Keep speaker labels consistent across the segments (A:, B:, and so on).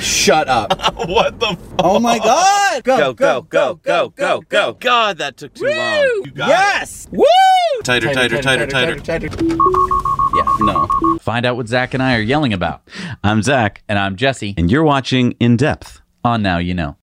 A: Shut up.
B: What the?
A: oh my god.
C: Go, go, go, go, go, go. God, that took too long.
A: Yes. Woo!
C: Tighter, tighter, tighter, tighter.
A: Yeah, no.
D: Find out what Zach and I are yelling about.
C: I'm Zach,
D: And I'm Jesse.
C: and you're watching In Depth.
D: On Now You Know.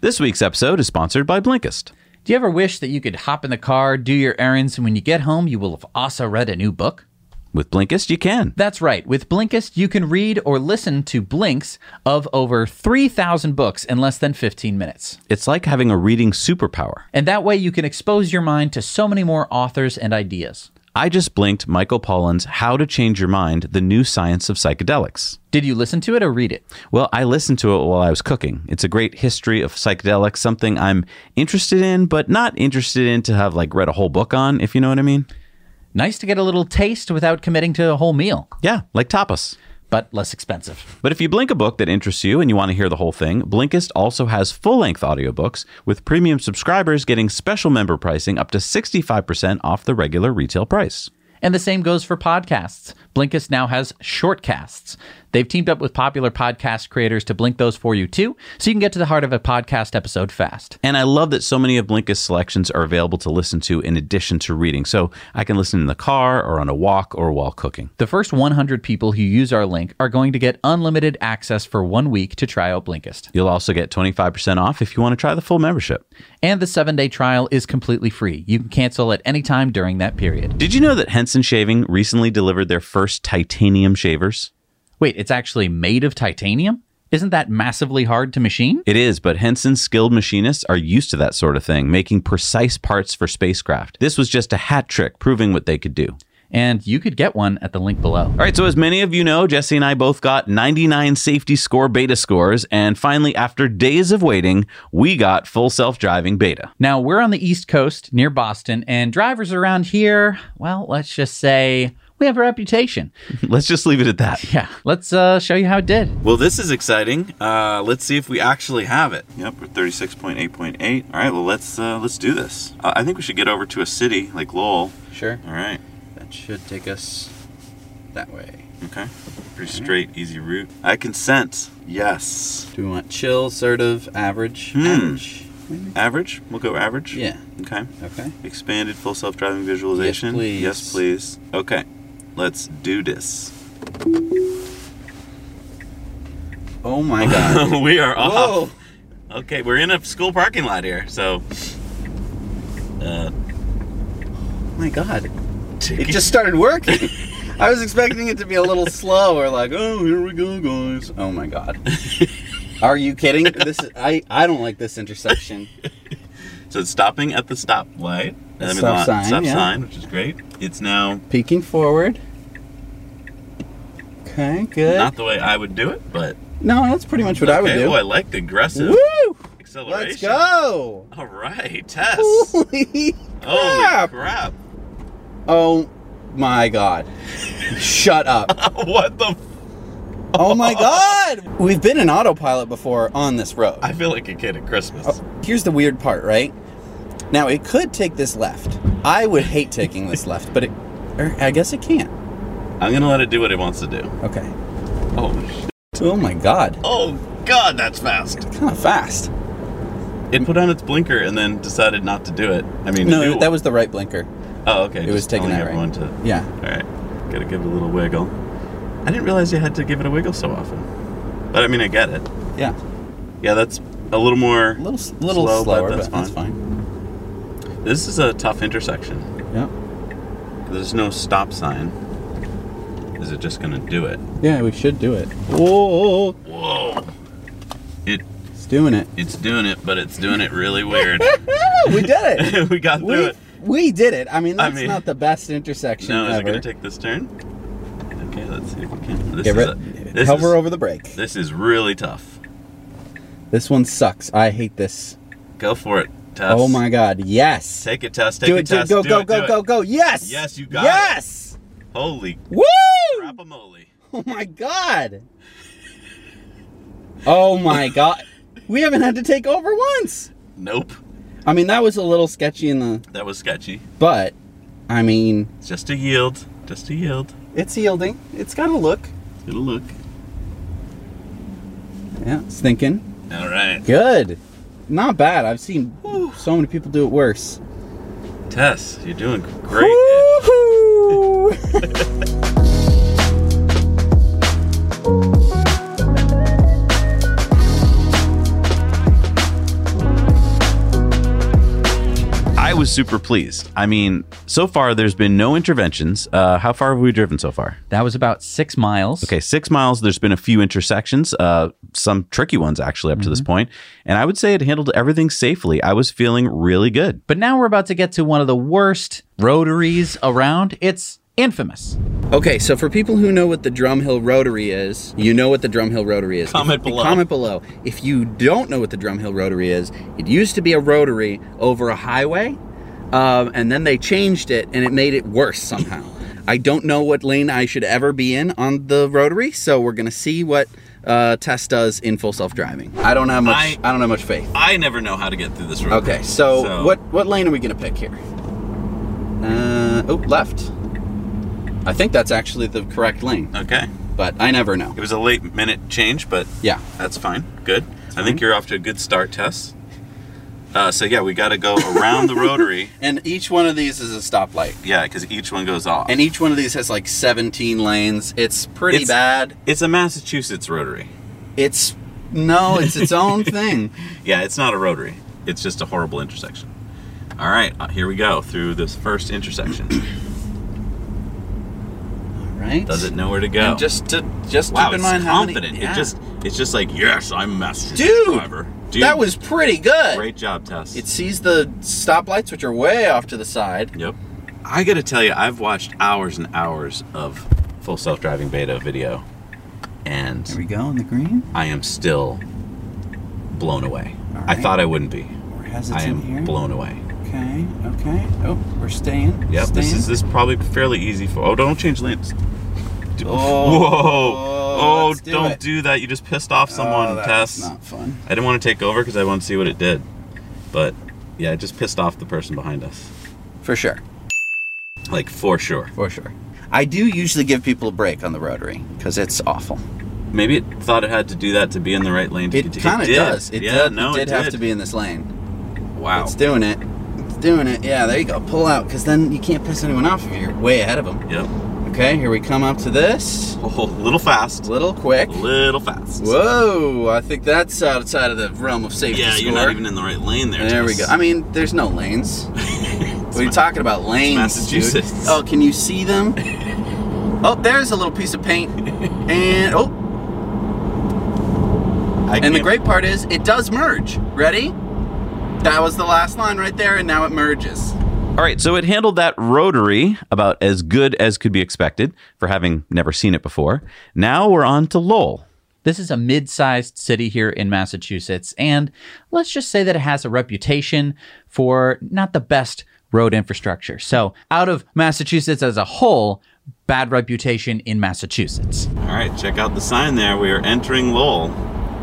C: This week's episode is sponsored by Blinkist.
D: Do you ever wish that you could hop in the car, do your errands, and when you get home, you will have also read a new book?
C: With Blinkist, you can.
D: That's right. With Blinkist, you can read or listen to blinks of over 3,000 books in less than 15 minutes.
C: It's like having a reading superpower.
D: And that way, you can expose your mind to so many more authors and ideas.
C: I just blinked Michael Pollan's How to Change Your Mind The New Science of Psychedelics.
D: Did you listen to it or read it?
C: Well, I listened to it while I was cooking. It's a great history of psychedelics, something I'm interested in, but not interested in to have like read a whole book on, if you know what I mean.
D: Nice to get a little taste without committing to a whole meal,
C: Yeah, like tapas.
D: but less expensive.
C: But if you blink a book that interests you and you want to hear the whole thing, Blinkist also has full-length audiobooks with premium subscribers getting special member pricing up to 65% off the regular retail price.
D: And the same goes for podcasts. Blinkist now has shortcasts. They've teamed up with popular podcast creators to blink those for you too, so you can get to the heart of a podcast episode fast.
C: And I love that so many of Blinkist's selections are available to listen to in addition to reading. So I can listen in the car or on a walk or while cooking.
D: The first 100 people who use our link are going to get unlimited access for one week to try out Blinkist.
C: You'll also get 25% off if you want to try the full membership.
D: And the seven day trial is completely free. You can cancel at any time during that period.
C: Did you know that Henson Shaving recently delivered their first titanium shavers?
D: Wait, it's actually made of titanium? Isn't that massively hard to machine?
C: It is, but Henson's skilled machinists are used to that sort of thing, making precise parts for spacecraft. This was just a hat trick proving what they could do.
D: And you could get one at the link below.
C: All right, so as many of you know, Jesse and I both got 99 safety score beta scores, and finally, after days of waiting, we got full self driving beta.
D: Now, we're on the East Coast near Boston, and drivers around here, well, let's just say we have a reputation.
C: Let's just leave it at that.
D: Yeah, let's uh, show you how it did.
C: Well, this is exciting. Uh, let's see if we actually have it. Yep, we're thirty-six point eight point eight. All right, well let's uh, let's do this. Uh, I think we should get over to a city like Lowell.
A: Sure.
C: All right.
A: That should take us that way.
C: Okay. Pretty straight, easy route. I consent. Yes.
A: Do we want chill, assertive, average?
C: Hmm.
A: Average. Maybe?
C: Average. We'll go average.
A: Yeah.
C: Okay.
A: Okay.
C: Expanded full self-driving visualization.
A: please.
C: Yes, please. Okay. Let's do this.
A: Oh my god.
C: we are off.
A: Whoa.
C: Okay, we're in a school parking lot here, so. Uh,
A: Oh my god. It just started working. I was expecting it to be a little slow or like, oh, here we go, guys. Oh my god. Are you kidding? This is, I I don't like this intersection.
C: So it's stopping at the stoplight. I mean,
A: Stop
C: lot-
A: sign,
C: stop
A: yeah.
C: sign, which is great. It's now
A: Peeking forward. Okay, good.
C: not the way I would do it, but
A: no, that's pretty much what I would
C: okay.
A: do.
C: Oh, I liked aggressive
A: Woo!
C: acceleration.
A: Let's go!
C: All right, Tess.
A: Holy
C: Holy
A: crap!
C: crap!
A: Oh my god. Shut up.
B: What the?
A: Oh my god! We've been in autopilot before on this road.
B: I feel like a kid at Christmas.
A: Here's the weird part, right? Now, it could take this left. I would hate taking this left, but it. Or I guess it can't.
C: I'm gonna let it do what it wants to do.
A: Okay.
C: Oh, sh-
A: Oh my god.
B: Oh God, that's fast.
A: Kind of fast.
C: it put on its blinker and then decided not to do it. I mean,
A: No,
C: do-
A: that was the right blinker.
C: Oh, okay.
A: It was
C: just
A: taking
C: telling
A: that right.
C: everyone to.
A: Yeah.
C: All right, gotta give it a little wiggle. I didn't realize you had to give it a wiggle so often, but I mean, I get it.
A: Yeah.
C: Yeah, that's a little more.
A: A little, s- little
C: Slow, but
A: slower,
C: that's
A: but that's fine.
C: This is a tough intersection.
A: Yeah.
C: There's no stop sign. Is it just gonna do it?
A: Yeah, we should do it. Whoa!
C: Whoa! It
A: It's doing it.
C: it's doing it, but it's doing it really weird.
A: we did it!
C: we got through
A: we,
C: it.
A: we did it. I mean,
C: I
A: that's
C: mean-
A: not the best intersection
C: Now is it
A: ever.
C: gonna take this turn?
B: Okay, let's see if we can. This
A: Get
B: is
A: rid-
B: a, this
A: hover
B: is,
A: over the break.
B: This is really tough.
A: This one sucks. I hate this.
B: Go for it, Tess.
A: Oh my god. Yes.
B: Take it, Tess. Take
A: do
B: it,
A: it, dude.
B: Tess.
A: Go,
B: do
A: go,
B: it,
A: go,
B: do
A: go,
B: it.
A: go. Yes.
B: Yes, you got it.
A: Yes.
B: Holy
A: Woo!
B: crapamole.
A: Oh my god. Oh my god. We haven't had to take over once.
B: Nope.
A: I mean, that was a little sketchy in the
B: That was sketchy.
A: but I mean,
B: It's just a yield. Just a yield.
A: it's yielding. It's got a look.
B: It'll look.
A: Yeah, it's thinking.
B: All right.
A: Good. Not bad. I've seen so many people do it worse.
B: Tess, you're doing great.
A: Woohoo!
B: I was super pleased. I mean, so far there's been no interventions. Uh, how far have we driven so far?
D: That was about six miles.
B: Okay, six miles. There's been a few intersections, uh, some tricky ones actually up to
C: Mm-hmm.
B: this point, and I would say it handled everything safely. I was feeling really good.
D: But now we're about to get to one of the worst rotaries around. It's infamous.
A: Okay, so for people who know what the Drumhill Rotary is, you know what the Drumhill Rotary is.
B: Comment
A: If-
B: below.
A: Comment below. If you don't know what the Drumhill Rotary is, it used to be a rotary over a highway, um, and then they changed it and it made it worse somehow. I don't know what lane I should ever be in on the rotary, so we're gonna see what uh, Tess does in full self driving. I don't have much.
B: I-
A: I, don't have much faith.
B: I never know how to get through this road.
A: Okay, so, what what lane are we gonna pick here? Uh, oh, left. I think that's actually the correct lane
B: Okay,
A: but I never know.
B: it was a late minute change, but
A: Yeah.
B: that's fine. Good. I think you're off to a good start, Tess. Uh, so yeah, we got to go around the rotary.
A: And each one of these is a stoplight.
B: Yeah, because each one goes off.
A: And each one of these has like 17 lanes. It's pretty
B: It's-
A: bad.
B: it's a Massachusetts rotary.
A: It's no, it's its own thing.
B: Yeah, it's not a rotary. It's just a horrible intersection. All right, uh, here we go through this first intersection.
A: All right.
B: Does it know where to go?
A: And just to just
B: wow,
A: keep in
B: it's
A: mind how many-
B: confident.
A: yeah.
B: It just it's just like yes, I'm a master
A: Dude,
B: driver. Dude,
A: that was pretty good.
B: great job, Tess.
A: It sees the stoplights, which are way off to the side.
B: yep. I gotta tell you, I've watched hours and hours of full self driving beta video, and
A: go in the green.
B: I am still blown away.
A: All
B: I
A: right.
B: thought I wouldn't be.
A: We're hesitant
B: I am blown away.
A: Okay. Okay. Oh, we're staying.
B: Yep. This is this is probably fairly easy for. Oh, don't change lanes. D-
A: Oh,
B: Whoa! Oh,
A: let's do
B: not
A: it. Oh,
B: do that. You just pissed off someone, Tess.
A: Not fun.
B: I didn't want to take over because I wanted to see what it did, but yeah, it just pissed off the person behind us,
A: For sure.
B: like for sure.
A: For sure. I do usually give people a break on the rotary because it's awful.
B: Maybe it thought it had to do that to be in the right lane. To
A: It
B: continue.
A: kind of
B: did.
A: does. It
B: yeah,
A: does.
B: no,
A: it did,
B: it
A: have to be in this lane.
B: Wow.
A: It's doing it. It's doing it. Yeah, there you go. Pull out because then you can't piss anyone off if you're way ahead of them.
B: Yep.
A: Okay, here we come up to this.
B: Oh, little fast.
A: Little quick.
B: Little fast.
A: Whoa, I think that's outside of the realm of safety.
B: Yeah, you're not
A: score.
B: even in the right lane there.
A: There we go.
B: Tess.
A: I mean, there's no lanes. We're talking about lanes.
B: Massachusetts.
A: dude. Oh, can you see them? oh, there's a little piece of paint. And oh,
B: I
A: And the
B: can't-
A: great part is it does merge. Ready? That was the last line right there, and now it merges.
B: All right, so it handled that rotary about as good as could be expected for having never seen it before. Now we're on to Lowell.
D: This is a mid sized city here in Massachusetts, and let's just say that it has a reputation for not the best road infrastructure. So, out of Massachusetts as a whole, bad reputation in Massachusetts.
B: All right, check out the sign there. We are entering Lowell.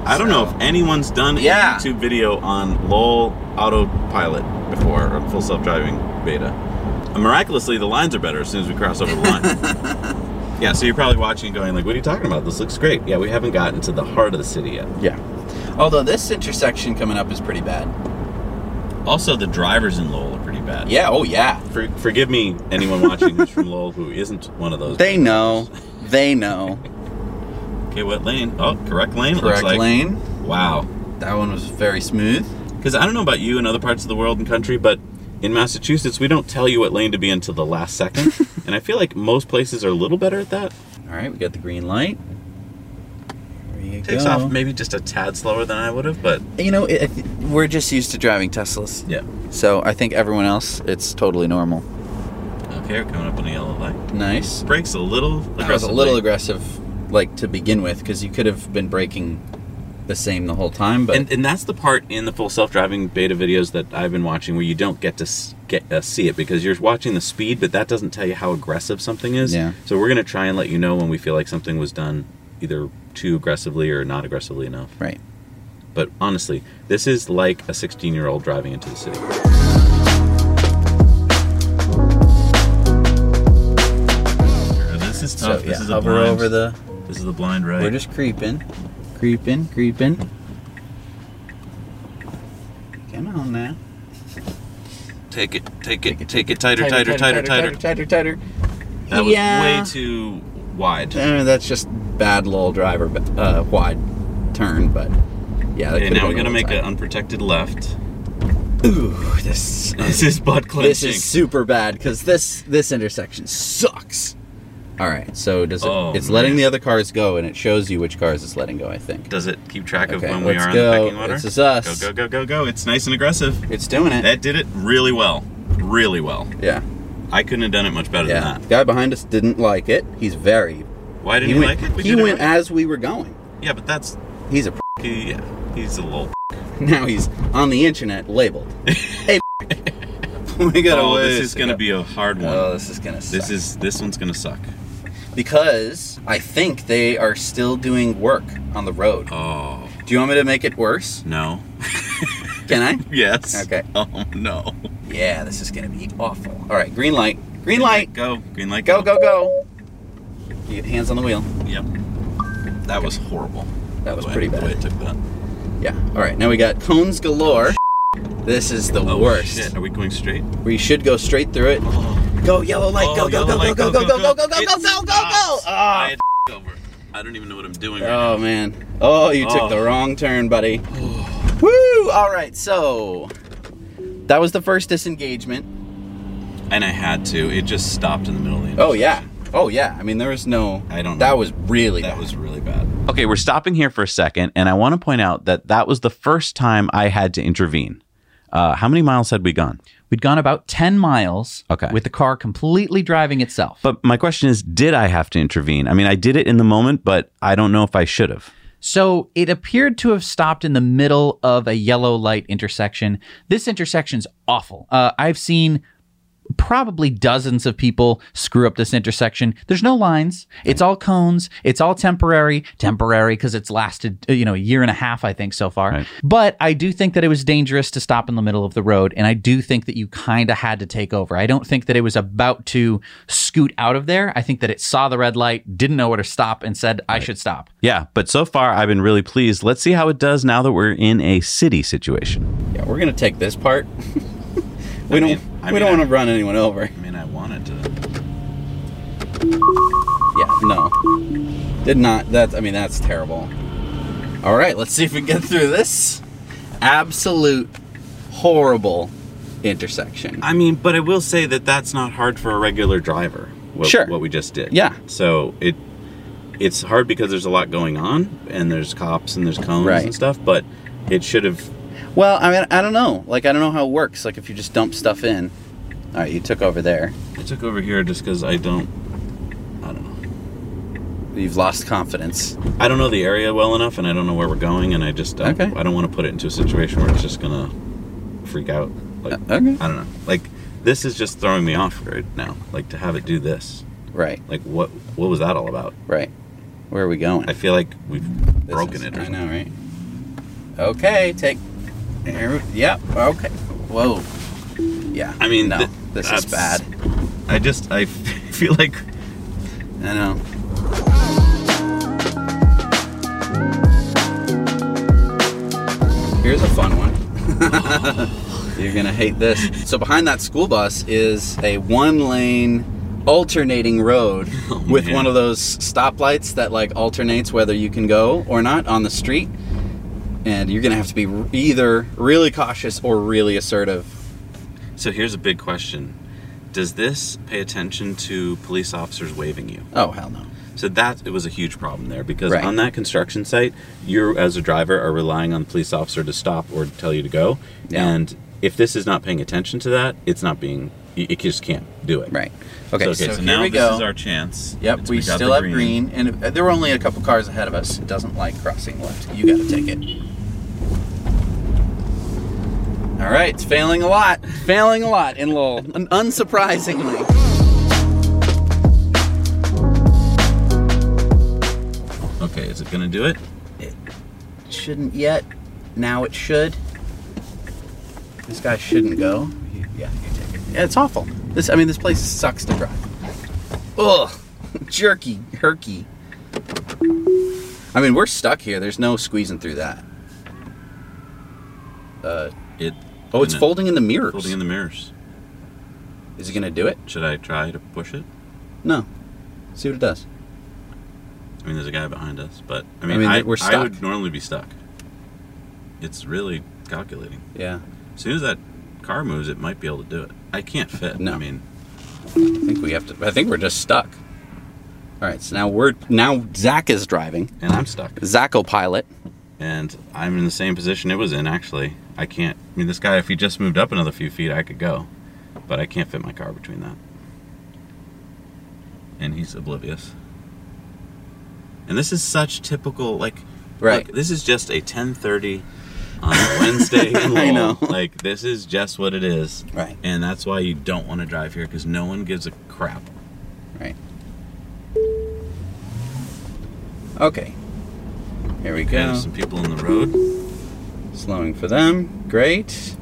B: I don't know if anyone's done
A: Yeah.
B: a YouTube video on Lowell autopilot before or full self-driving beta. And miraculously, the lines are better as soon as we cross over the line. yeah, so you're probably watching and going like, "What are you talking about? This looks great." Yeah, we haven't gotten to the heart of the city yet.
A: Yeah. Although this intersection coming up is pretty bad.
B: Also, the drivers in Lowell are pretty bad.
A: Yeah, oh yeah.
B: For, forgive me, anyone watching who's from Lowell who isn't one of those.
A: They know. They know.
B: Okay, what lane? Oh, correct lane. it looks
A: Correct
B: like.
A: lane.
B: Wow.
A: That one was very smooth.
B: Because I don't know about you in other parts of the world and country, but in Massachusetts, we don't tell you what lane to be in until the last second. and I feel like most places are a little better at that.
A: All right, we got the green light. There you
B: Takes
A: go.
B: off maybe just a tad slower than I would have, but
A: You know, it, it- we're just used to driving Teslas,
B: yeah.
A: so I think everyone else it's totally normal.
B: All Okay, we're coming up on a yellow light.
A: Nice.
B: Brakes a little.
A: That was a little
B: aggressively.
A: aggressive, like to begin with, because you could have been breaking the same the whole time. But
B: and, and that's the part in the full self-driving beta videos that I've been watching where you don't get to s- get uh, see it because you're watching the speed, but that doesn't tell you how aggressive something is.
A: Yeah.
B: So we're gonna try and let you know when we feel like something was done either too aggressively or not aggressively enough.
A: right,
B: But honestly, this is like a 16-year-old driving into the city. This is
A: so
B: tough.
A: yeah,
B: this is a
A: hover
B: blind.
A: over the.
B: this is the blind right.
A: We're just creeping, creeping, creeping. Come on now.
B: take it, take it, take it tighter, tighter, tighter, tighter.
A: tighter, tighter.
B: That was
A: Yeah.
B: way too wide.
A: Uh, that's just bad little driver but, uh, wide turn, but yeah. That
B: Okay,
A: could've
B: now we're
A: been
B: gonna
A: a
B: make
A: little
B: an unprotected left.
A: tight. Ooh, this.
B: This is butt clenching.
A: This is super bad because this this intersection sucks. All right, so does it?
B: Oh,
A: it's letting
B: man.
A: the other cars go, and it shows you which cars it's letting go. I think
B: Does it keep track of
A: Okay,
B: when we
A: let's
B: are on
A: go.
B: the pecking order?
A: This is us.
B: Go, go, go, go, go. It's nice and aggressive.
A: it's doing it.
B: That did it really well. Really well.
A: yeah,
B: I couldn't have done it much better
A: yeah.
B: than
A: The
B: that.
A: guy behind us didn't like it. He's very.
B: Why didn't
A: he
B: you
A: went.
B: like it? We
A: he
B: did it
A: went
B: right.
A: as we were going.
B: Yeah, but that's.
A: He's a. P-
B: He, yeah, he's a little.
A: now he's on the internet labeled. hey. we got
B: Oh, this is going to be a hard one.
A: Oh, this is gonna. Suck.
B: this is this one's going to suck.
A: because I think they are still doing work on the road.
B: Oh,
A: Do you want me to make it worse?
B: no.
A: Can I?
B: Yes.
A: Okay.
B: Oh, no.
A: Yeah, this is gonna be awful. All right, green light, green light,
B: Go. Green light.
A: go, go, go. You get hands on the wheel.
B: Yep. That was horrible.
A: That was
B: the way-
A: pretty
B: the way
A: bad.
B: it took that.
A: Yeah. All right, now we got cones galore. This is the
B: Oh,
A: worst.
B: Shit. Are we going straight?
A: We should go straight through it.
B: Oh,
A: Go yellow light,
B: oh,
A: go, go,
B: yellow
A: go, go,
B: light,
A: go, go, go, go, go, go, go,
B: It
A: go, go, go.
B: stops. I
A: Ah.
B: had over. I don't even know what I'm doing. right
A: Oh man. Oh, you
B: Oh.
A: took the wrong turn, buddy. Woo! All right, so that was the first disengagement.
B: now. And I had to. It just stopped in the middle of the.
A: Oh
B: intersection.
A: yeah. Oh yeah. I mean, there was no.
B: I don't know.
A: That was really.
B: That
A: bad.
B: was really bad. Okay, we're stopping here for a second, and I want to point out that that was the first time I had to intervene. Uh, how many miles had we gone?
D: We'd gone about 10 miles
B: Okay.
D: with the car completely driving itself.
B: But my question is, did I have to intervene? I mean, I did it in the moment, but I don't know if I should have.
D: So it appeared to have stopped in the middle of a yellow light intersection. This intersection's awful. Uh, I've seen probably dozens of people screw up this intersection. There's no lines. It's all cones. It's all temporary, temporary because it's lasted, uh, you know, a year and a half I think so far.
B: Right.
D: But I do think that it was dangerous to stop in the middle of the road and I do think that you kind of had to take over. I don't think that it was about to scoot out of there. I think that it saw the red light, didn't know where to stop and said I should stop.
B: Yeah, but so far I've been really pleased. Let's see how it does now that we're in a city situation.
A: Yeah, we're gonna take this part. we
B: I
A: don't.
B: mean- I
A: we
B: mean,
A: don't
B: I-
A: want to run anyone over.
B: I mean, I wanted to.
A: Yeah. No. Did not. That's. I mean, that's terrible. All right. Let's see if we can get through this absolute horrible intersection.
B: I mean, but I will say that that's not hard for a regular driver. What,
A: Sure.
B: What we just did.
A: Yeah.
B: So it it's hard because there's a lot going on, and there's cops and there's cones
A: Right.
B: and stuff. But it should have.
A: Well, I mean, I don't know. Like, I don't know how it works. Like, if you just dump stuff in. All right, you took over there.
B: I took over here just because I don't. I don't know.
A: You've lost confidence.
B: I don't know the area well enough, and I don't know where we're going, and I just don't,
A: Okay.
B: I don't want to put it into a situation where it's just gonna freak out. Like
A: Okay.
B: I don't know. Like this is just throwing me off right now. Like to have it do this.
A: Right.
B: Like what? What was that all about?
A: Right. Where are we going?
B: I feel like we've
A: This
B: broken
A: is-
B: it. Or
A: I
B: something.
A: know, right? Okay, take. Here, yep. Okay. Whoa. Yeah.
B: I mean,
A: no,
B: th-
A: this is
B: that's-
A: bad.
B: I just I feel like
A: I know. Here's a fun one. You're gonna hate this. So behind that school bus is a one-lane alternating road
B: Oh,
A: with
B: man.
A: one of those stoplights that like alternates whether you can go or not on the street. And you're gonna have to be r- either really cautious or really assertive.
B: so. Here's a big question: Does this pay attention to police officers waving you?
A: Oh hell no.
B: So that it was a huge problem there because
A: Right.
B: on that construction site, you as a driver are relying on the police officer to stop or tell you to go,
A: Yeah.
B: and if this is not paying attention to that, it's not being You, you just can't do it.
A: Right. Okay, so,
B: okay, so,
A: here
B: now
A: we
B: this
A: go.
B: is our chance.
A: Yep,
B: It's-
A: we,
B: got the
A: still have green, and uh, there were only a couple cars ahead of us. It doesn't like crossing left. You got to take it. All right, it's failing a lot, failing a lot in Lowell, un- unsurprisingly.
B: Okay, is it gonna do it?
A: Shouldn't yet. Now it should. This guy shouldn't go. You- Yeah, you take it. Yeah, it's awful. This, I mean, this place sucks to drive. Ugh, jerky, herky. I mean, we're stuck here. There's no squeezing through that. Uh,
B: It.
A: oh, it's
B: didn't.
A: folding in the mirrors.
B: Folding in the mirrors.
A: Is it gonna do it?
B: Should I try to push it?
A: No. See what it does.
B: I mean, there's a guy behind us, but I mean, I,
A: mean, we're
B: I
A: stuck.
B: would normally be stuck. It's really calculating.
A: Yeah.
B: As soon as that car moves, it might be able to do it. I can't fit.
A: No.
B: I mean,
A: I think we have to. I think we're just stuck. All right. So now we're now Zach is driving.
B: and I'm stuck.
A: Zacho pilot.
B: And I'm in the same position it was in, actually. I can't. I mean, this guy, if he just moved up another few feet, I could go. But I can't fit my car between that. And he's oblivious. And this is such typical, like,
A: Right.
B: look, this is just a 10:30 on a Wednesday. in
A: I
B: Lowell.
A: know.
B: Like, this is just what it is.
A: Right.
B: And that's why you don't want to drive here because no one gives a crap.
A: Right. Okay. Here we
B: Okay,
A: go.
B: there's some people on the road.
A: Slowing for them. Great.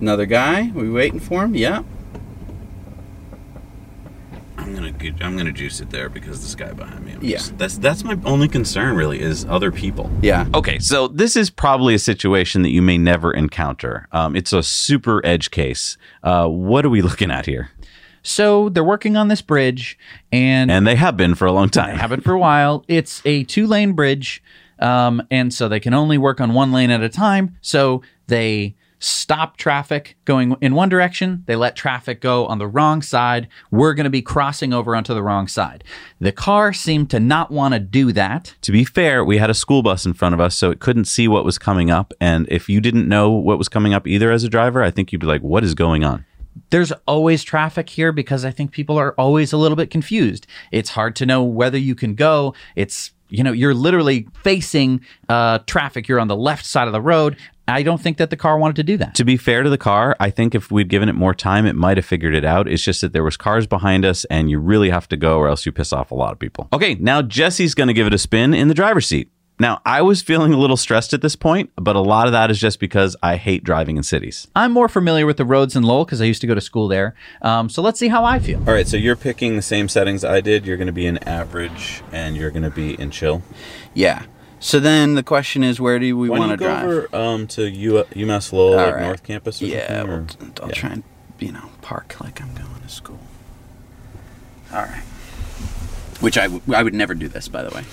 A: Another guy. We waiting for him. Yeah.
B: I'm gonna ju- I'm gonna juice it there because this guy behind me. I'm
A: Yeah.
B: just- that's that's my only concern really is other people.
A: Yeah.
B: Okay, so this is probably a situation that you may never encounter. Um, it's a super edge case. Uh, what are we looking at here?
D: So they're working on this bridge, and,
B: And they have been for a long time.
D: have it for a while. It's a two lane bridge, um, and so they can only work on one lane at a time. So they stop traffic going in one direction. They let traffic go on the wrong side. We're going to be crossing over onto the wrong side. The car seemed to not want to do that.
B: to be fair, we had a school bus in front of us, so it couldn't see what was coming up. And if you didn't know what was coming up either as a driver, I think you'd be like, what is going on?
D: there's always traffic here because I think people are always a little bit confused. It's hard to know whether you can go. It's, you know, you're literally facing uh, traffic. You're on the left side of the road. I don't think that the car wanted to do that.
B: To be fair to the car, I think if we'd given it more time, it might have figured it out. It's just that there was cars behind us, and you really have to go, or else you piss off a lot of people. Okay, now Jesse's going to give it a spin in the driver's seat. Now, I was feeling a little stressed at this point, but a lot of that is just because I hate driving in cities.
D: I'm more familiar with the roads in Lowell because I used to go to school there. Um, so let's see how I feel.
B: All right, so you're picking the same settings I did. You're going to be in average, and you're going to be in chill.
A: Yeah. So then the question is, where do we
B: Why
A: want
B: don't
A: to
B: you go
A: drive?
B: over um, to U- UMass Lowell
A: All
B: like
A: right.
B: North Campus or
A: yeah.
B: something?
A: We'll,
B: or-
A: I'll
B: yeah.
A: try and you know park like I'm going to school. All right. Which I, w- I would never do this, by the way.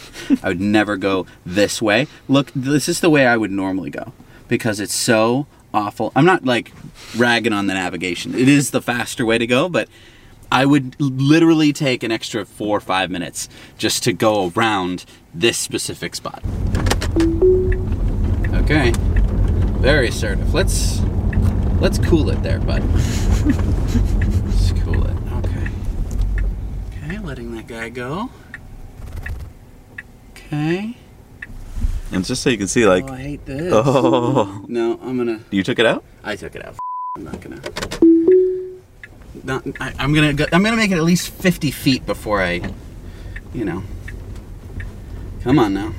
A: I would never go this way. Look, this is the way I would normally go because it's so awful. I'm not like ragging on the navigation, it is the faster way to go, but I would literally take an extra four or five minutes just to go around this specific spot. Okay. Very assertive. Let's let's cool it there, bud. let's cool it. Okay. Okay, letting that guy go. Okay.
B: And just so you can see, like,
A: oh, I hate this.
B: oh,
A: No, I'm gonna.
B: you took it out?
A: I took it out. F- I'm not gonna. Not, I, I'm gonna. Go, I'm gonna make it at least 50 feet before I, you know. Come on now.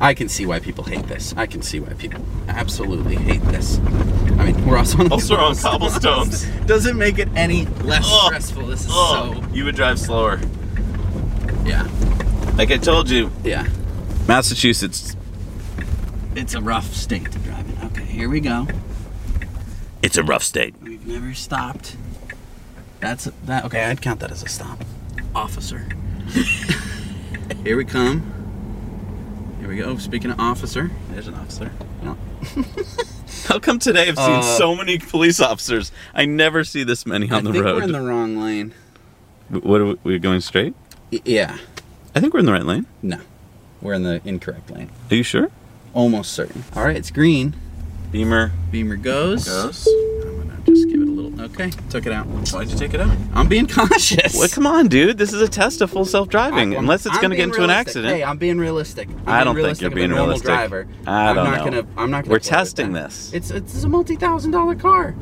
A: I can see why people hate this. I can see why people absolutely hate this. I mean, we're also on
B: Also on cobblestones.
A: Doesn't make it any less
B: Ugh.
A: stressful. This is
B: you would drive slower.
A: so. Yeah.
B: Like I told you,
A: Yeah.
B: Massachusetts,
A: It's a rough state to drive in. Okay, here we go.
B: it's a rough state.
A: We've never stopped. That's that. Okay, I'd count that as a stop, officer. Here we come. Here we go. Speaking of officer,
B: There's an officer.
A: no.
B: How come today I've seen
A: Uh,
B: so many police officers? I never see this many
A: I
B: on the
A: think
B: road.
A: we're in the wrong lane.
B: what are we, we're going straight?
A: Y- yeah,
B: I think we're in the right lane.
A: no, we're in the incorrect lane.
B: Are you sure?
A: Almost certain. All right, it's green.
B: Beamer
A: Beamer goes.
B: goes.
A: I'm gonna just give it a little. Okay, took it out.
B: Why'd you take it out?
A: I'm being cautious.
B: Well, come on, dude. This is a test of full self-driving. Unless it's
A: I'm
B: going to get
A: being
B: into an
A: realistic.
B: accident.
A: Hey, I'm being realistic. I'm
B: I don't
A: being
B: think you're
A: of
B: being
A: a normal
B: realistic.
A: Driver.
B: I
A: I'm
B: don't
A: not
B: know.
A: Gonna, I'm not gonna.
B: We're
A: play with
B: testing
A: that.
B: this.
A: It's it's a multi-thousand dollar car.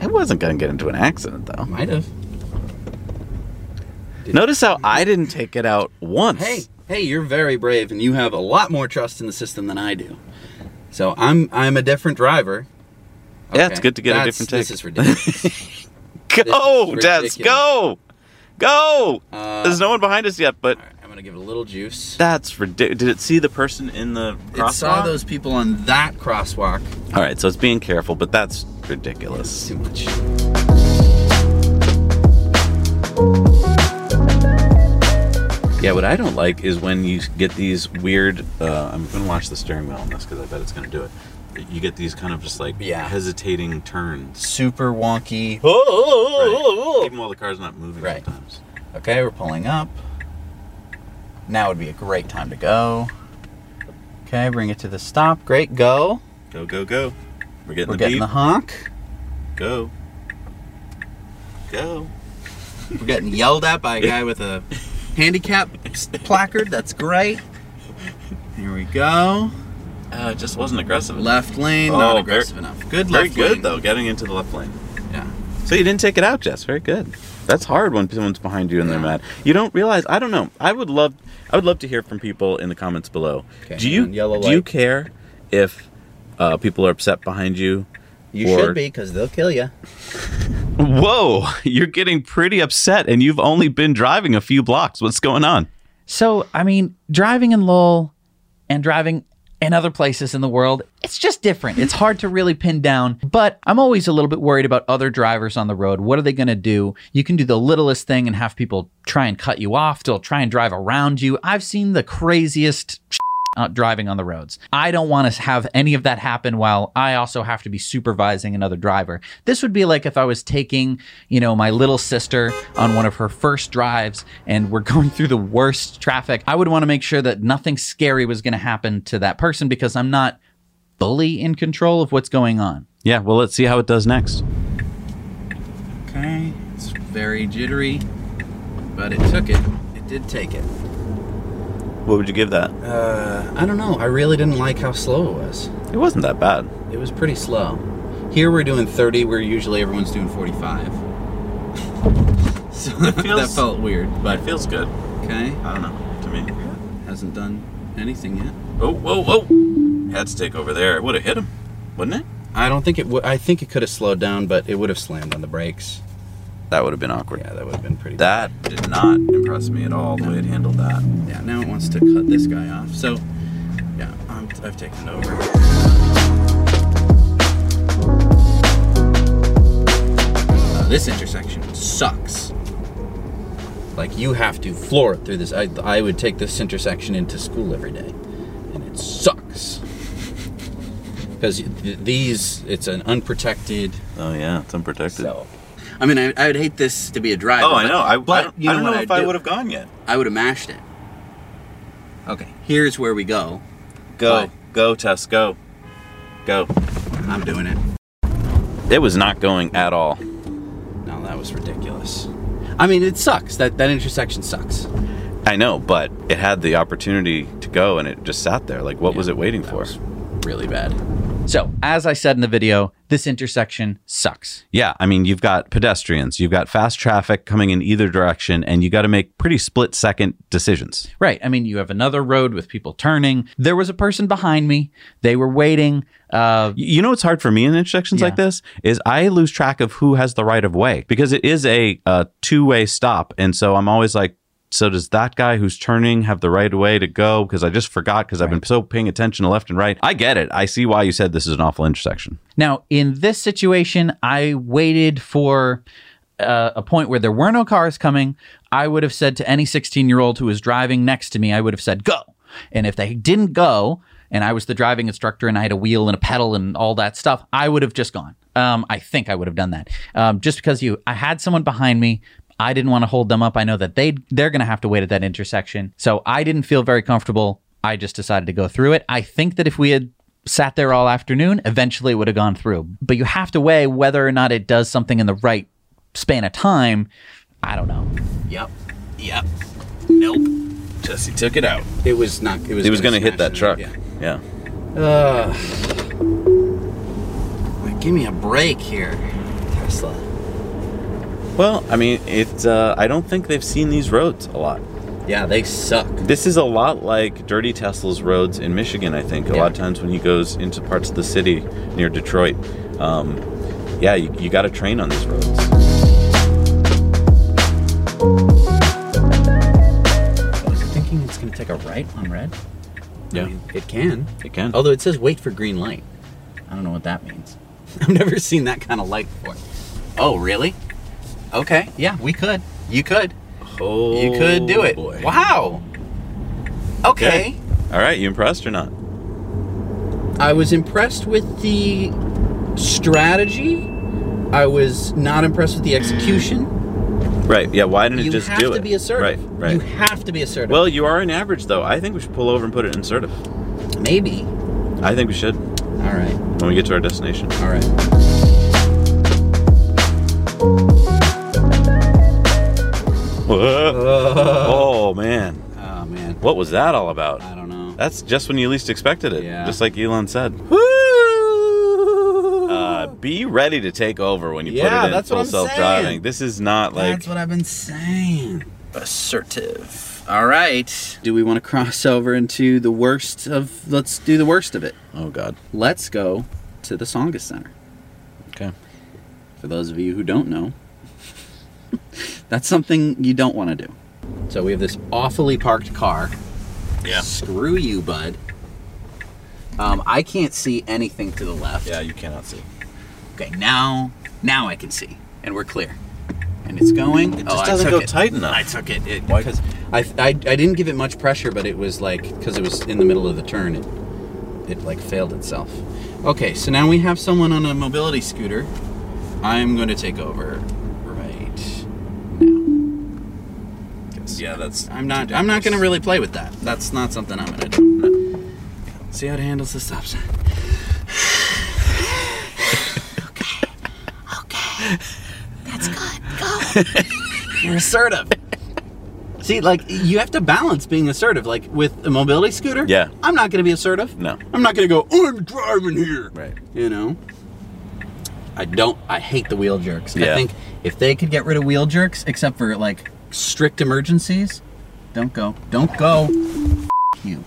B: It wasn't going to get into an accident, though.
A: Might have.
B: Notice how I didn't take it out once.
A: Hey, hey, you're very brave, and you have a lot more trust in the system than I do. So I'm I'm a different driver.
B: Yeah, it's good to get a
A: That's-
B: different take.
A: This is ridiculous.
B: go,
A: is
B: Des,
A: ridiculous.
B: go, go.
A: Uh,
B: There's no one behind us yet, but
A: All right, I'm gonna give it a little juice.
B: that's ridiculous. Did it see the person in the crosswalk?
A: it saw those people on that crosswalk.
B: All right, so it's being careful, but that's ridiculous.
A: Too much.
B: Yeah, what I don't like is when you get these weird. Uh, I'm going to watch the steering wheel on this because I bet it's going to do it. You get these kind of just like
A: Yeah.
B: hesitating turns.
A: Super wonky.
B: Right. Even while the car's not moving
A: Right.
B: sometimes.
A: Okay, we're pulling up. Now would be a great time to go. Okay, bring it to the stop. Great, go.
B: Go, go, go. We're getting
A: We're
B: the
A: getting
B: beep.
A: the honk.
B: Go. Go.
A: We're getting yelled at by a guy with a handicap placard. That's great. Here we go.
B: Uh, it just wasn't aggressive. enough.
A: Left lane,
B: Oh,
A: not
B: very-
A: aggressive enough. Good
B: Very
A: left
B: good
A: lane.
B: though, getting into the left lane.
A: Yeah.
B: So you didn't take it out, Jess. Very good. That's hard when someone's behind you and they're
A: Yeah.
B: mad. You don't realize. I don't know. I would love. I would love to hear from people in the comments below.
A: Okay,
B: do
A: hang
B: you
A: on, yellow
B: do you
A: light.
B: care if uh, people are upset behind you?
A: You
B: Or-
A: should be, because they'll kill you.
B: Whoa, you're getting pretty upset, and you've only been driving a few blocks. What's going on?
D: So, I mean, driving in Lowell and driving in other places in the world, it's just different. It's hard to really pin down, but I'm always a little bit worried about other drivers on the road. What are they going to do? You can do the littlest thing and have people try and cut you off. They'll try and drive around you. I've seen the craziest out uh, driving on the roads. I don't want to have any of that happen while I also have to be supervising another driver. This would be like if I was taking, you know, my little sister on one of her first drives and we're going through the worst traffic. I would want to make sure that nothing scary was going to happen to that person because I'm not fully in control of what's going on.
B: Yeah. Well, let's see how it does next.
A: Okay, it's very jittery, but it took it. It did take it.
B: What would you give that?
A: Uh, I don't know. I really didn't like how slow it was.
B: It wasn't that bad.
A: It was pretty slow. Here we're doing 30, where usually everyone's doing 45. so that,
B: feels-
A: felt weird,
B: But
A: but
B: it feels good.
A: okay.
B: I don't know. To me.
A: Hasn't done anything yet.
B: Oh, whoa, whoa! Had to take over there. It would have hit him, wouldn't it?
A: I don't think it would. I think it could have slowed down, but it would have slammed on the brakes.
B: That would have been awkward.
A: Yeah, that would have been pretty.
B: That did not impress me at all the way it handled that.
A: Yeah, now it wants to cut this guy off. So, yeah, I'm, I've taken it over. Uh, this intersection sucks. Like, you have to floor it through this. I, I would take this intersection into school every day, and it sucks. Because th- these, it's an unprotected.
B: Oh yeah, it's unprotected.
A: So, I mean, I, I would hate this to be a driver.
B: oh, I
A: but-
B: know. I,
A: but
B: I don't,
A: you
B: I don't know
A: what
B: if
A: I'd
B: I
A: do?
B: would have gone yet.
A: I would have mashed it. Okay, here's where we go.
B: Go,
A: Why?
B: go, Tess, go, go.
A: I'm doing it.
B: It was not going at all.
A: No, that was ridiculous. I mean, it sucks. That that intersection sucks.
B: I know, but it had the opportunity to go, and it just sat there. Like, what was it waiting for?
A: Really bad.
D: So, as I said in the video, this intersection sucks.
B: Yeah, I mean, you've got pedestrians, you've got fast traffic coming in either direction, and you got to make pretty split second decisions.
D: Right. I mean, you have another road with people turning. There was a person behind me. They were waiting. Uh,
B: Y- You know what's hard for me in intersections like this is I lose track of who has the right of way because it is a, uh two way stop, and so I'm always like, so does that guy who's turning have the right of way to go? Because I just forgot because I've been so paying attention to left and right. I get it. I see why you said this is an awful intersection.
D: now, in this situation, I waited for uh, a point where there were no cars coming. I would have said to any 16 year old who was driving next to me, I would have said, go. And if they didn't go, and I was the driving instructor and I had a wheel and a pedal and all that stuff, I would have just gone. Um, I think I would have done that. Um, just because you, I had someone behind me. I didn't want to hold them up. I know that they they're going to have to wait at that intersection. So I didn't feel very comfortable. I just decided to go through it. I think that if we had sat there all afternoon, eventually it would have gone through. But you have to weigh whether or not it does something in the right span of time. I don't know.
E: Yep.
A: Yep. Nope. Jesse took it out.
E: It was not. It was.
B: He was going to hit
E: smash
B: that
E: it,
B: truck.
E: Yeah.
B: yeah.
A: Like, give me a break here, Tesla.
B: Well, I mean, it's. Uh, I don't think they've seen these roads a lot.
A: Yeah, they suck.
B: This is a lot like Dirty Tesla's roads in Michigan. I think a lot of times when he goes into parts of the city near Detroit, um, yeah, you, you got to train on these roads.
A: I was thinking it's going to take a right on red. I
B: Yeah,
A: mean, it can.
B: it can.
A: Although it says wait for green light. I don't know what that means. I've never seen that kind of light before. Oh, really? Okay. Yeah, we could. You could.
B: Oh,
A: you could do it.
B: boy.
A: Wow. Okay.
B: All right, you impressed or not?
A: I was impressed with the strategy. I was not impressed with the execution.
B: Right. Yeah. Why didn't
A: you
B: it Mm. just
A: have
B: do it?
A: to be assertive.
B: Right. Right.
A: You have to be assertive.
B: well, you are an average though. I think we should pull over and put it in assertive.
A: maybe.
B: I think we should
A: All right.
B: when we get to our destination.
A: All right.
B: oh man,
A: Oh man.
B: what was that all about?
A: I don't know.
B: That's just when you least expected it.
A: Yeah.
B: Just like Elon said. Uh, be ready to take over when you
A: Yeah,
B: put it in
A: that's what
B: full
A: I'm
B: self-driving.
A: saying.
B: This is not like
A: That's what I've been saying. Assertive. All right.
E: Do we want to cross over into the worst of? Let's do the worst of it.
B: oh god.
E: Let's go to the Songus Center.
B: Okay.
E: For those of you who don't know, that's something you don't want to do.
A: So we have this awfully parked car.
B: Yeah.
A: Screw you, bud. Um, I can't see anything to the left.
B: Yeah, you cannot see.
A: Okay, now, now I can see, and we're clear. And it's going.
B: Oh, It just doesn't go tight enough.
A: I took it it- because I, I I didn't give it much pressure, but it was like because it was in the middle of the turn, it it like failed itself. Okay, so now we have someone on a mobility scooter. I'm going to take over right now.
B: Yeah, that's.
A: I'm not I'm not going to really play with that. That's not something I'm going to do. See how it handles the stop sign.
F: That's good. Go.
A: You're assertive. See, like you have to balance being assertive. Like with a mobility scooter,
B: Yeah.
A: I'm not going to be assertive.
B: No.
A: I'm not going to go. I'm driving here.
B: Right.
A: You know. I don't. I hate the wheel jerks. I
B: Yeah.
A: think if they could get rid of wheel jerks, except for like strict emergencies, don't go. Don't go. F- you.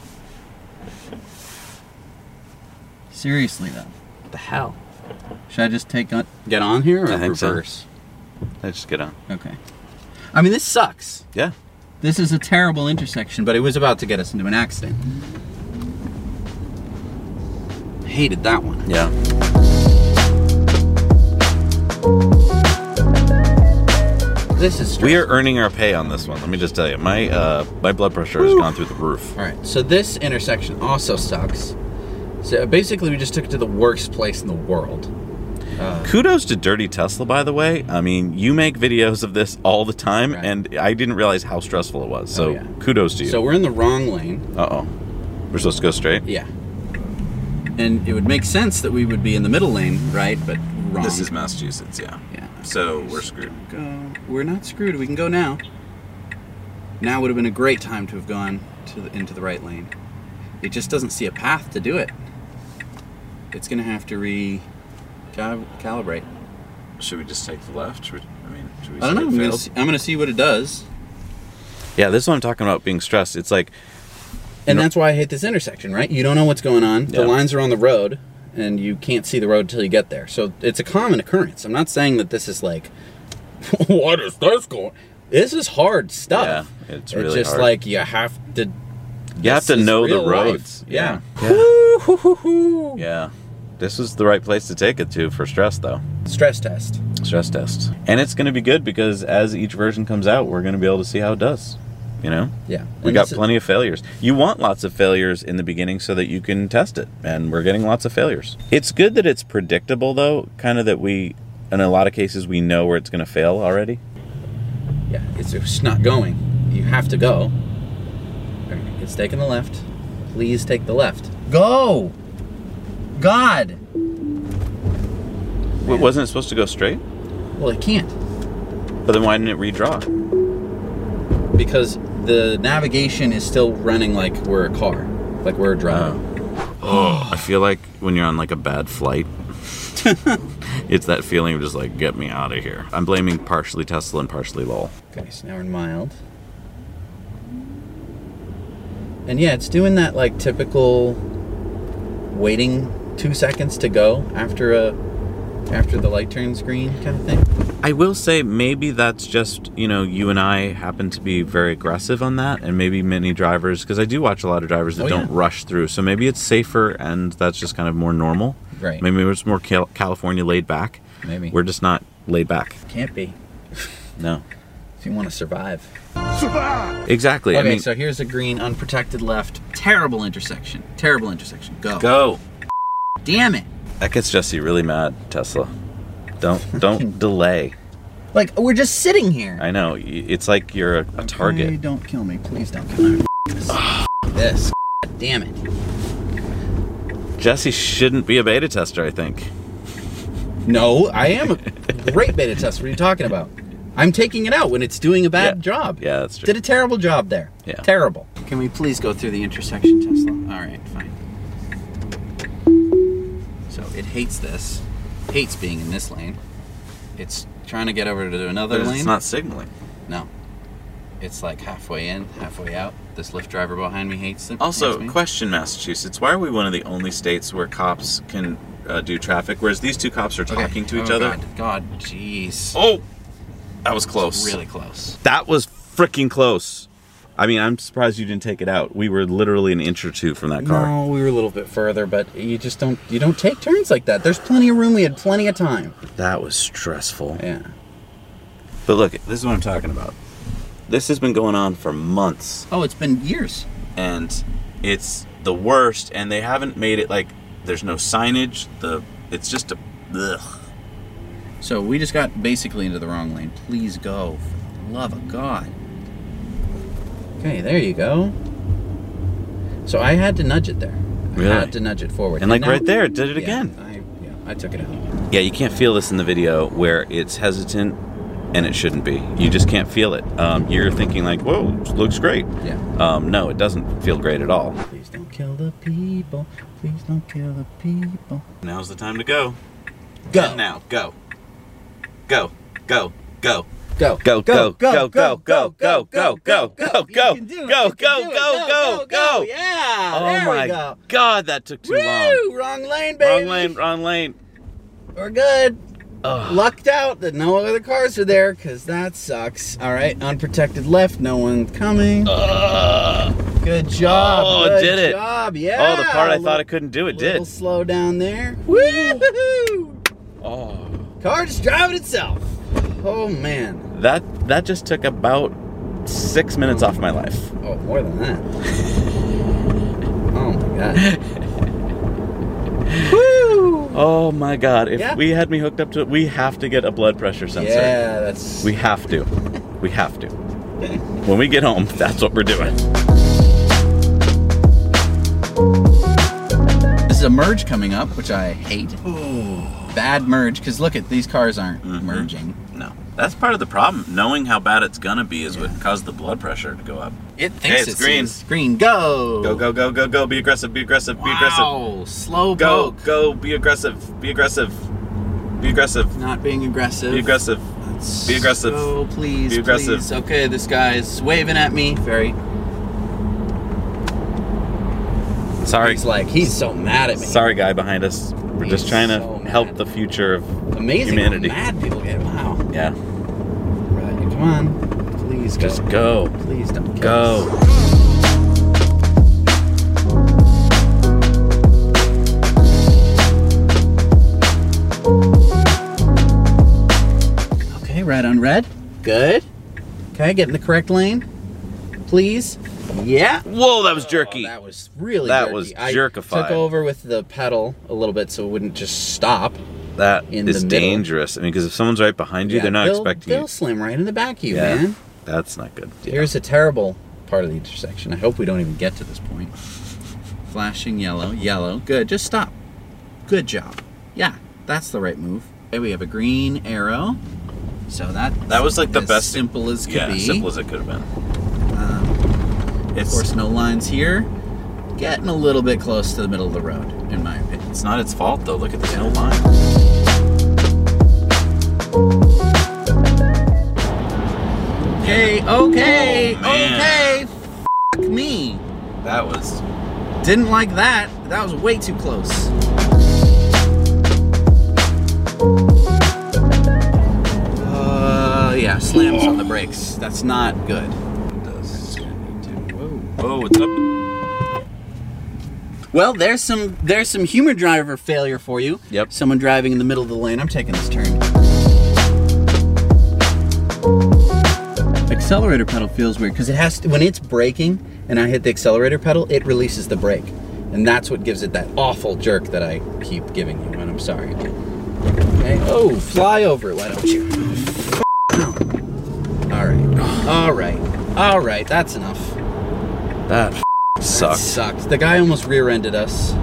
A: Seriously though, what the hell? Should I just take on, get on here or
B: I think so.
A: reverse?
B: Let's just get on.
A: Okay. I mean, this sucks.
B: Yeah.
A: This is a terrible intersection, but it was about to get us into an accident. Hated that one.
B: Yeah.
A: This is
B: We are
A: stressful.
B: earning our pay on this one. Let me just tell you, my uh, my blood pressure has gone through the roof.
A: All right. So this intersection also sucks. So basically, we just took it to the worst place in the world.
B: Kudos to Dirty Tesla, by the way. I mean, you make videos of this all the time,
A: Right.
B: and I didn't realize how stressful it was. So
A: Oh, yeah.
B: kudos to you.
A: So we're in the wrong lane.
B: uh oh, we're supposed to go straight.
A: Yeah. And it would make sense that we would be in the middle lane, right? But wrong.
B: Massachusetts, yeah.
A: yeah.
B: So we're screwed.
A: Go. We're not screwed. We can go now. Now would have been a great time to have gone to the, into the right lane. It just doesn't see a path to do it. It's gonna have to re cal- calibrate.
B: Should we just take the left? Should we, I mean, should we?
A: I don't know. I'm gonna, see, I'm gonna see what it does,
B: Yeah, this is what I'm talking about being stressed. It's like
A: and that's why I hate this intersection. Right? You don't know what's going on. The
B: Yeah.
A: lines are on the road, and you can't see the road until you get there. So it's a common occurrence. I'm not saying that this is like, what is this going? This is hard stuff.
B: Yeah, it's really
A: just
B: hard.
A: like you have to
B: you have to
A: This is
B: know the
A: real life.
B: roads.
A: Yeah.
B: Yeah. yeah. This is the right place to take it to for stress, though.
A: Stress test.
B: stress test. And it's going to be good because as each version comes out, we're going to be able to see how it does. You know?
A: Yeah.
B: We
A: And
B: got
A: this is-
B: plenty of failures. You want lots of failures in the beginning so that you can test it, and we're getting lots of failures. It's good that it's predictable, though, kind of that we, in a lot of cases, we know where it's going to fail already.
A: Yeah. It's, it's not going. You have to go. All right, It's taking the left. Please take the left. Go. God!
B: Wa- wasn't it supposed to go straight?
A: Well, it can't.
B: But then why didn't it redraw?
A: Because the navigation is still running like we're a car, like we're a driver.
B: Oh. I feel like when you're on like a bad flight, it's that feeling of just like get me out of here. I'm blaming partially Tesla and partially LOL.
A: Okay, so now we're in mild. And yeah, it's doing that like typical waiting two seconds to go after a after the light turns green kind of thing.
B: I will say maybe that's just, you know, you and I happen to be very aggressive on that and maybe many drivers because I do watch a lot of drivers that
A: Oh,
B: don't
A: yeah.
B: rush through. So maybe it's safer and that's just kind of more normal.
A: Right.
B: Maybe it's more Cal- California laid back.
A: Maybe.
B: We're just not laid back.
A: Can't be
B: No.
A: if you want to survive.
B: Exactly.
A: okay,
B: I mean,
A: so here's a green unprotected left. Terrible intersection. Terrible intersection. Go.
B: go.
A: Damn it.
B: That gets Jesse really mad, Tesla. Don't don't delay.
A: Like we're just sitting here.
B: I know. y- It's like you're a, a
A: Okay,
B: target.
A: don't kill me. Please don't kill me. F- this. F- Damn it.
B: Jesse shouldn't be a beta tester, I think.
A: No, I am a great beta tester. What are you talking about? I'm taking it out when it's doing a bad
B: Yeah.
A: job.
B: Yeah, that's true.
A: Did a terrible job there.
B: Yeah.
A: Terrible. Can we please go through the intersection, Tesla? All right, fine. So it hates this. Hates being in this lane. It's trying to get over to another
B: But
A: lane.
B: it's not signaling.
A: no. It's like halfway in, halfway out. This lift driver behind me hates it.
B: Also,
A: hates me.
B: question Massachusetts. Why are we one of the only states where cops can uh, do traffic, whereas these two cops are
A: Okay.
B: talking to each
A: Oh,
B: other?
A: God, God, jeez.
B: Oh, that was close.
A: Really close.
B: That was freaking close. I mean, I'm surprised you didn't take it out. We were literally an inch or two from that car.
A: No, we were a little bit further, but you just don't you don't take turns like that. There's plenty of room. We had plenty of time.
B: That was stressful.
A: Yeah.
B: But look, this is what I'm talking about. This has been going on for months.
A: Oh, it's been years.
B: and it's the worst and they haven't made it like there's no signage the it's just a ugh.
A: So we just got basically into the wrong lane. Please go, for the love of God. Okay, there you go. So I had to nudge it there.
B: Really?
A: I had to nudge it forward.
B: and like
A: now-
B: right there it did it
A: Yeah,
B: again
A: I, yeah, I took it out.
B: yeah you can't feel this in the video where it's hesitant and it shouldn't be you just can't feel it um, you're thinking like whoa looks great
A: Yeah.
B: um, no it doesn't feel great at all
A: Please don't kill the people. Please don't kill the people.
B: now's the time to go
A: Go.
B: now go go go go
A: Go,
B: Go, go, go, go, go, go, go, go, go, go,
A: You can do it. You can
B: go, go,
A: do it.
B: go, go, go.
A: Yeah,
B: oh
A: there
B: my
A: we go.
B: god that took too long
A: Woo, wrong lane, baby.
B: Wrong lane, wrong lane.
A: We're good.
B: Ugh.
A: Lucked out that no other cars are there, because that sucks. All right, unprotected left, no one coming. Good job.
B: Oh, it
A: good
B: did it.
A: job, yeah.
B: Oh, the part I
A: Little-
B: thought I couldn't do, it
A: little
B: did.
A: slow down there. Woo!
B: Oh.
A: Car just driving itself. Oh, man.
B: That that just took about six minutes off my life.
A: Oh, more than that. oh, my God. Woo!
B: Oh my god. If
A: Yeah.
B: we had me hooked up to it, we have to get a blood pressure sensor.
A: Yeah, that's.
B: We have to. We have to. When we get home, that's what we're doing.
A: This is a merge coming up, which I hate. Bad merge, because look at these cars aren't
B: Mm-hmm.
A: merging.
B: No. That's part of the problem. Knowing how bad it's gonna be is what caused the blood pressure to go up.
A: It
B: Hey,
A: thinks
B: it's green.
A: green. Go.
B: Go, go, go, go, go. Be aggressive, be aggressive, be aggressive.
A: Wow, slow
B: Go,
A: poke.
B: go, be aggressive, be aggressive, be aggressive,
A: Not being aggressive.
B: be aggressive. Be aggressive.
A: Oh, please.
B: Be aggressive.
A: Please. Okay, this guy's waving at me. Very.
B: Sorry.
A: He's like, he's so mad at me.
B: Sorry, guy behind us. We're just
A: He's
B: trying to
A: so mad.
B: help the future of
A: Amazing. how
B: humanity.
A: Mad people get. Wow.
B: yeah.
A: Right. Come on. Please go.
B: Just go,
A: Please don't kill us.
B: go.
A: Okay, red on red. Good. Okay, get in the correct lane. Please. Yeah.
B: Whoa, that was jerky.
A: Oh, that was really
B: That
A: jerky.
B: was
A: I
B: jerkified.
A: took over with the pedal a little bit so it wouldn't just stop.
B: That
A: In
B: is
A: the middle.
B: dangerous. I mean, because if someone's right behind you,
A: Yeah,
B: they're not
A: they'll-
B: expecting
A: They'll
B: you.
A: slam right in the back of you,
B: Yeah.
A: man.
B: That's not good.
A: Here's a terrible part of the intersection. I hope we don't even get to this point. Flashing yellow, yellow. Good. Just stop.
G: Good job. Yeah, that's the right move. Okay, we have a green arrow. So that
B: That was, like, the
G: as
B: best-
G: simple as could
B: yeah,
G: be.
B: simple as it could have been.
G: Of
B: It's
G: course, no lines here. Getting a little bit close to the middle of the road, in my opinion.
B: it's not its fault though. Look at the no lines.
G: Okay, okay,
B: Oh, man.
G: okay. F- me.
B: That was
G: Didn't like that. That was way too close. Uh, yeah, slams on the brakes. That's not good.
B: whoa. It's up.
G: Well, there's some there's some humor driver failure for you.
B: Yep.
G: Someone driving in the middle of the lane. I'm taking this turn. Accelerator pedal feels weird because it has to, when it's braking and I hit the accelerator pedal, it releases the brake, and that's what gives it that awful jerk that I keep giving you. And I'm sorry. Okay. Oh, fly over. Why don't you? All right. All right. All right. That's enough. That
B: Sucks.
G: sucked. The guy almost rear-ended us.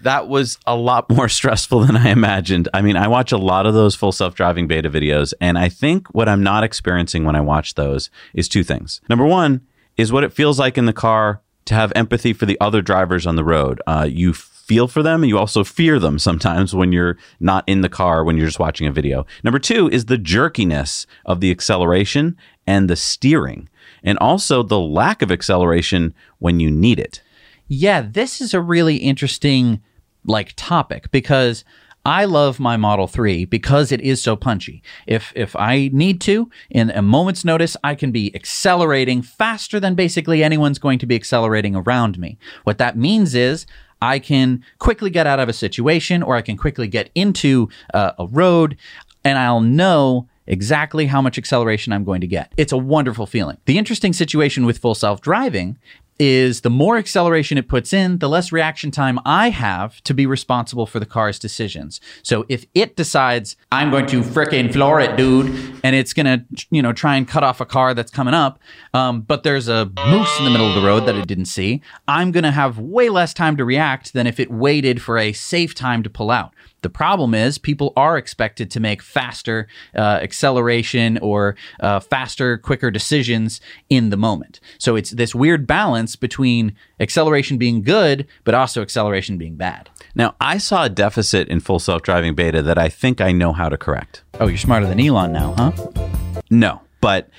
D: That was a lot more stressful than I imagined. I mean, I watch a lot of those full self driving beta videos, and I think what I'm not experiencing when I watch those is two things. Number one is what it feels like in the car to have empathy for the other drivers on the road. Uh, you feel for them, and you also fear them sometimes when you're not in the car, when you're just watching a video. Number two is the jerkiness of the acceleration and the steering, and also the lack of acceleration when you need it. Yeah, this is a really interesting like topic because I love my Model 3 because it is so punchy. If if I need to in a moment's notice, I can be accelerating faster than basically anyone's going to be accelerating around me. What that means is I can quickly get out of a situation or I can quickly get into uh, a road and I'll know exactly how much acceleration I'm going to get. It's a wonderful feeling. The interesting situation with full self driving is the more acceleration it puts in, the less reaction time I have to be responsible for the car's decisions. So if it decides I'm going to frickin' floor it, dude, and it's gonna, you know, try and cut off a car that's coming up, um, but there's a moose in the middle of the road that it didn't see, I'm gonna have way less time to react than if it waited for a safe time to pull out. The problem is people are expected to make faster uh, acceleration or uh, faster, quicker decisions in the moment. So it's this weird balance between acceleration being good, but also acceleration being bad.
C: Now, I saw a deficit in full self driving beta that I think I know how to correct.
D: Oh, you're smarter than Elon now, huh?
C: No, but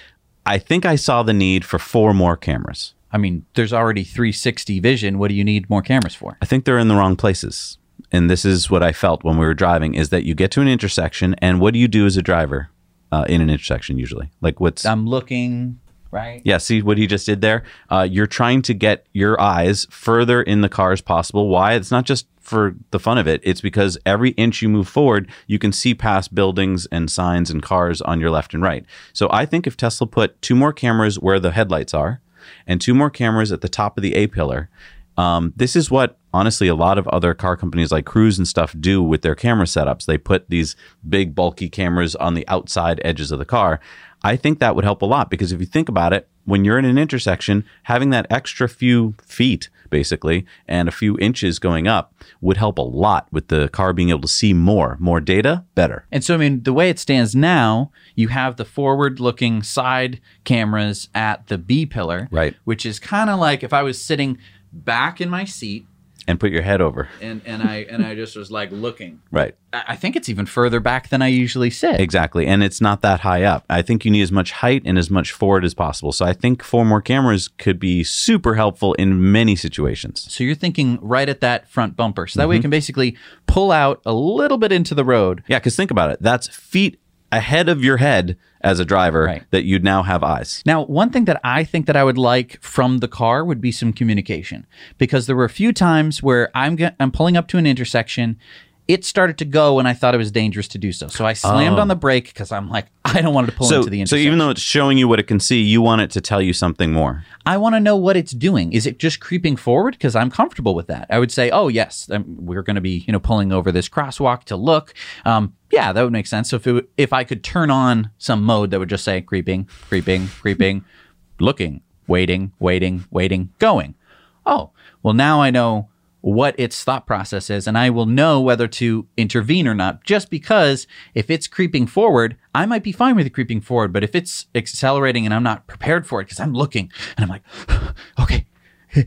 C: I think I saw the need for four more cameras.
D: I mean, there's already 360 vision. What do you need more cameras for?
C: I think they're in the wrong places. And this is what I felt when we were driving is that you get to an intersection, and what do you do as a driver uh, in an intersection usually? Like, what's.
D: I'm looking, right?
C: yeah, see what he just did there? Uh, you're trying to get your eyes further in the car as possible. Why? It's not just for the fun of it, it's because every inch you move forward, you can see past buildings and signs and cars on your left and right. So I think if Tesla put two more cameras where the headlights are and two more cameras at the top of the A pillar, um, this is what honestly a lot of other car companies like Cruise and stuff do with their camera setups. They put these big bulky cameras on the outside edges of the car. I think that would help a lot because if you think about it, when you're in an intersection, having that extra few feet basically and a few inches going up would help a lot with the car being able to see more, more data, better.
D: And so, I mean, the way it stands now, you have the forward looking side cameras at the B pillar,
C: Right.
D: Which is kind of like if I was sitting back in my seat
C: And put your head over.
D: and, and I and I just was like looking.
C: Right.
D: I I think it's even further back than I usually sit.
C: Exactly. And it's not that high up. I think you need as much height and as much forward as possible. So I think four more cameras could be super helpful in many situations.
D: So you're thinking right at that front bumper. So that
C: Mm-hmm.
D: way you can basically pull out a little bit into the road.
C: Yeah, because think about it. That's feet ahead of your head as a driver
D: Right.
C: that you'd now have eyes.
D: Now, one thing that I think that I would like from the car would be some communication because there were a few times where I'm ge- I'm pulling up to an intersection, it started to go and I thought it was dangerous to do so. So I slammed on the brake because I'm like I don't want it to pull
C: Oh. So,
D: into the
C: so
D: intersection.
C: even though it's showing you what it can see, you want it to tell you something more.
D: I want to know what it's doing. Is it just creeping forward? Because I'm comfortable with that. I would say, oh yes, um, we're going to be you know pulling over this crosswalk to look. Um, yeah, that would make sense. So if it, w- if I could turn on some mode that would just say creeping, creeping, creeping, looking, waiting, waiting, waiting, going. Oh well, now I know what its thought process is, and I will know whether to intervene or not. Just because if it's creeping forward, I might be fine with it creeping forward, but if it's accelerating and I'm not prepared for it because I'm looking and I'm like, okay,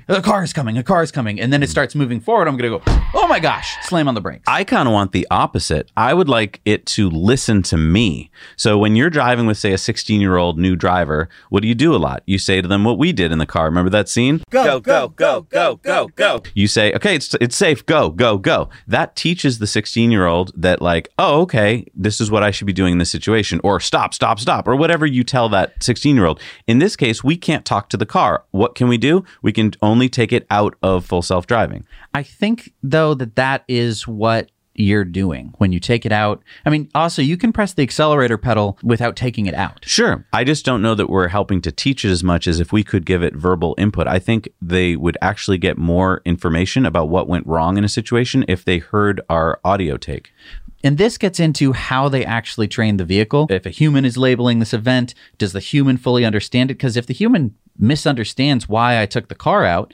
D: a car is coming, a car is coming, and then it starts moving forward, I'm gonna go, oh my gosh, slam on the brakes.
C: I kind of want the opposite. I would like it to listen to me. So when you're driving with, say, a 16 year old new driver, what do you do a lot? You say to them what we did in the car. Remember that scene?
A: Go, go, go, go, go, go.
C: You say, okay, it's, it's safe. Go, go, go. That teaches the 16 year old that, like, oh, okay, this is what I should be doing in this situation, or stop, stop, stop, or whatever you tell that 16 year old. In this case, we can't talk to the car. What can we do? We can only take it out of full self driving.
D: I think though that that is what you're doing when you take it out. I mean, also you can press the accelerator pedal without taking it out.
C: Sure. I just don't know that we're helping to teach it as much as if we could give it verbal input. I think they would actually get more information about what went wrong in a situation if they heard our audio take.
D: And this gets into how they actually train the vehicle. If a human is labeling this event, does the human fully understand it? Because if the human misunderstands why I took the car out,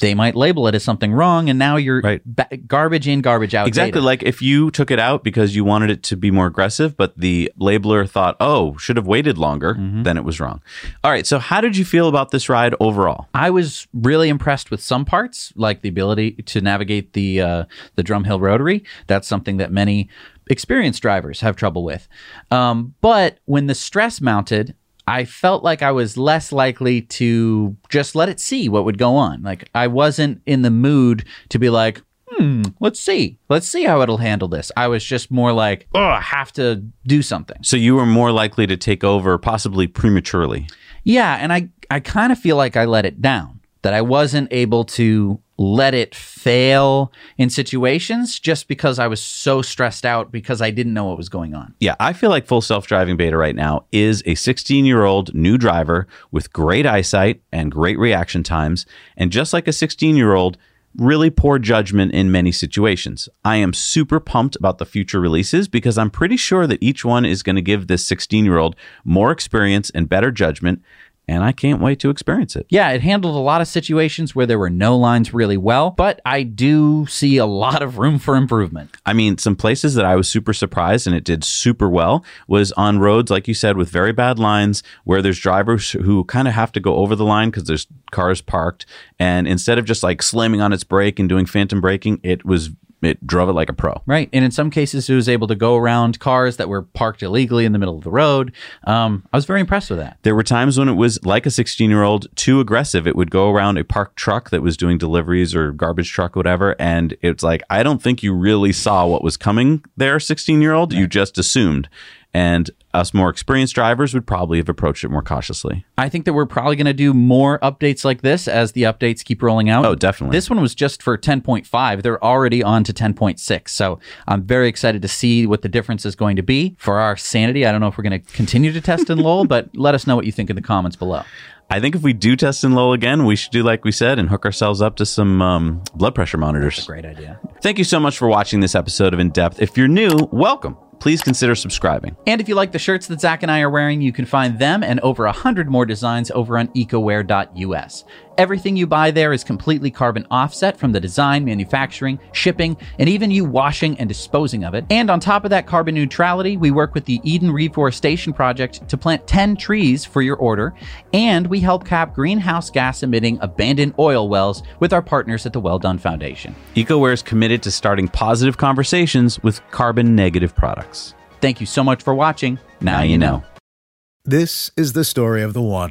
D: they might label it as something wrong, and now you're
C: Right.
D: ba- garbage in, garbage out.
C: Exactly.
D: data.
C: Like if you took it out because you wanted it to be more aggressive, but the labeler thought, oh, should have waited longer, then it was wrong. All right. So, how did you feel about this ride overall?
D: I was really impressed with some parts, like the ability to navigate the uh, the Drumhill Rotary. That's something that many experienced drivers have trouble with. Um, but when the stress mounted, I felt like I was less likely to just let it see what would go on. Like I wasn't in the mood to be like, hmm, let's see, let's see how it'll handle this. I was just more like, oh, I have to do something.
C: So, you were more likely to take over, possibly prematurely.
D: Yeah, and I I kind of feel like I let it down. That I wasn't able to let it fail in situations just because I was so stressed out because I didn't know what was going on.
C: Yeah, I feel like full self driving beta right now is a 16 year old new driver with great eyesight and great reaction times. And just like a 16 year old, really poor judgment in many situations. I am super pumped about the future releases because I'm pretty sure that each one is going to give this 16 year old more experience and better judgment. And I can't wait to experience it.
D: Yeah, it handled a lot of situations where there were no lines really well, but I do see a lot of room for improvement.
C: I mean, some places that I was super surprised and it did super well was on roads, like you said, with very bad lines where there's drivers who kind of have to go over the line because there's cars parked. And instead of just like slamming on its brake and doing phantom braking, it was, it drove it like a pro.
D: Right. And in some cases, it was able to go around cars that were parked illegally in the middle of the road. Um, I was very impressed with that.
C: There were times when it was like a 16 year old, too aggressive. It would go around a parked truck that was doing deliveries or garbage truck, whatever. And it's like, I don't think you really saw what was coming there, 16 year old. You just assumed. And us more experienced drivers would probably have approached it more cautiously.
D: I think that we're probably going to do more updates like this as the updates keep rolling out.
C: Oh, definitely.
D: This one was just for 10.5. They're already on to 10.6. So I'm very excited to see what the difference is going to be for our sanity. I don't know if we're going to continue to test in Lowell, but let us know what you think in the comments below.
C: I think if we do test in Lowell again, we should do like we said and hook ourselves up to some um, blood pressure monitors.
D: Great idea.
C: Thank you so much for watching this episode of In Depth. If you're new, welcome. Please consider subscribing.
D: And if you like the shirts that Zach and I are wearing, you can find them and over 100 more designs over on ecoware.us. Everything you buy there is completely carbon offset from the design, manufacturing, shipping, and even you washing and disposing of it. And on top of that carbon neutrality, we work with the Eden Reforestation Project to plant 10 trees for your order, and we help cap greenhouse gas emitting abandoned oil wells with our partners at the Well Done Foundation.
C: EcoWare is committed to starting positive conversations with carbon negative products.
D: Thank you so much for watching. Now,
C: Now you know.
H: This is the story of the one.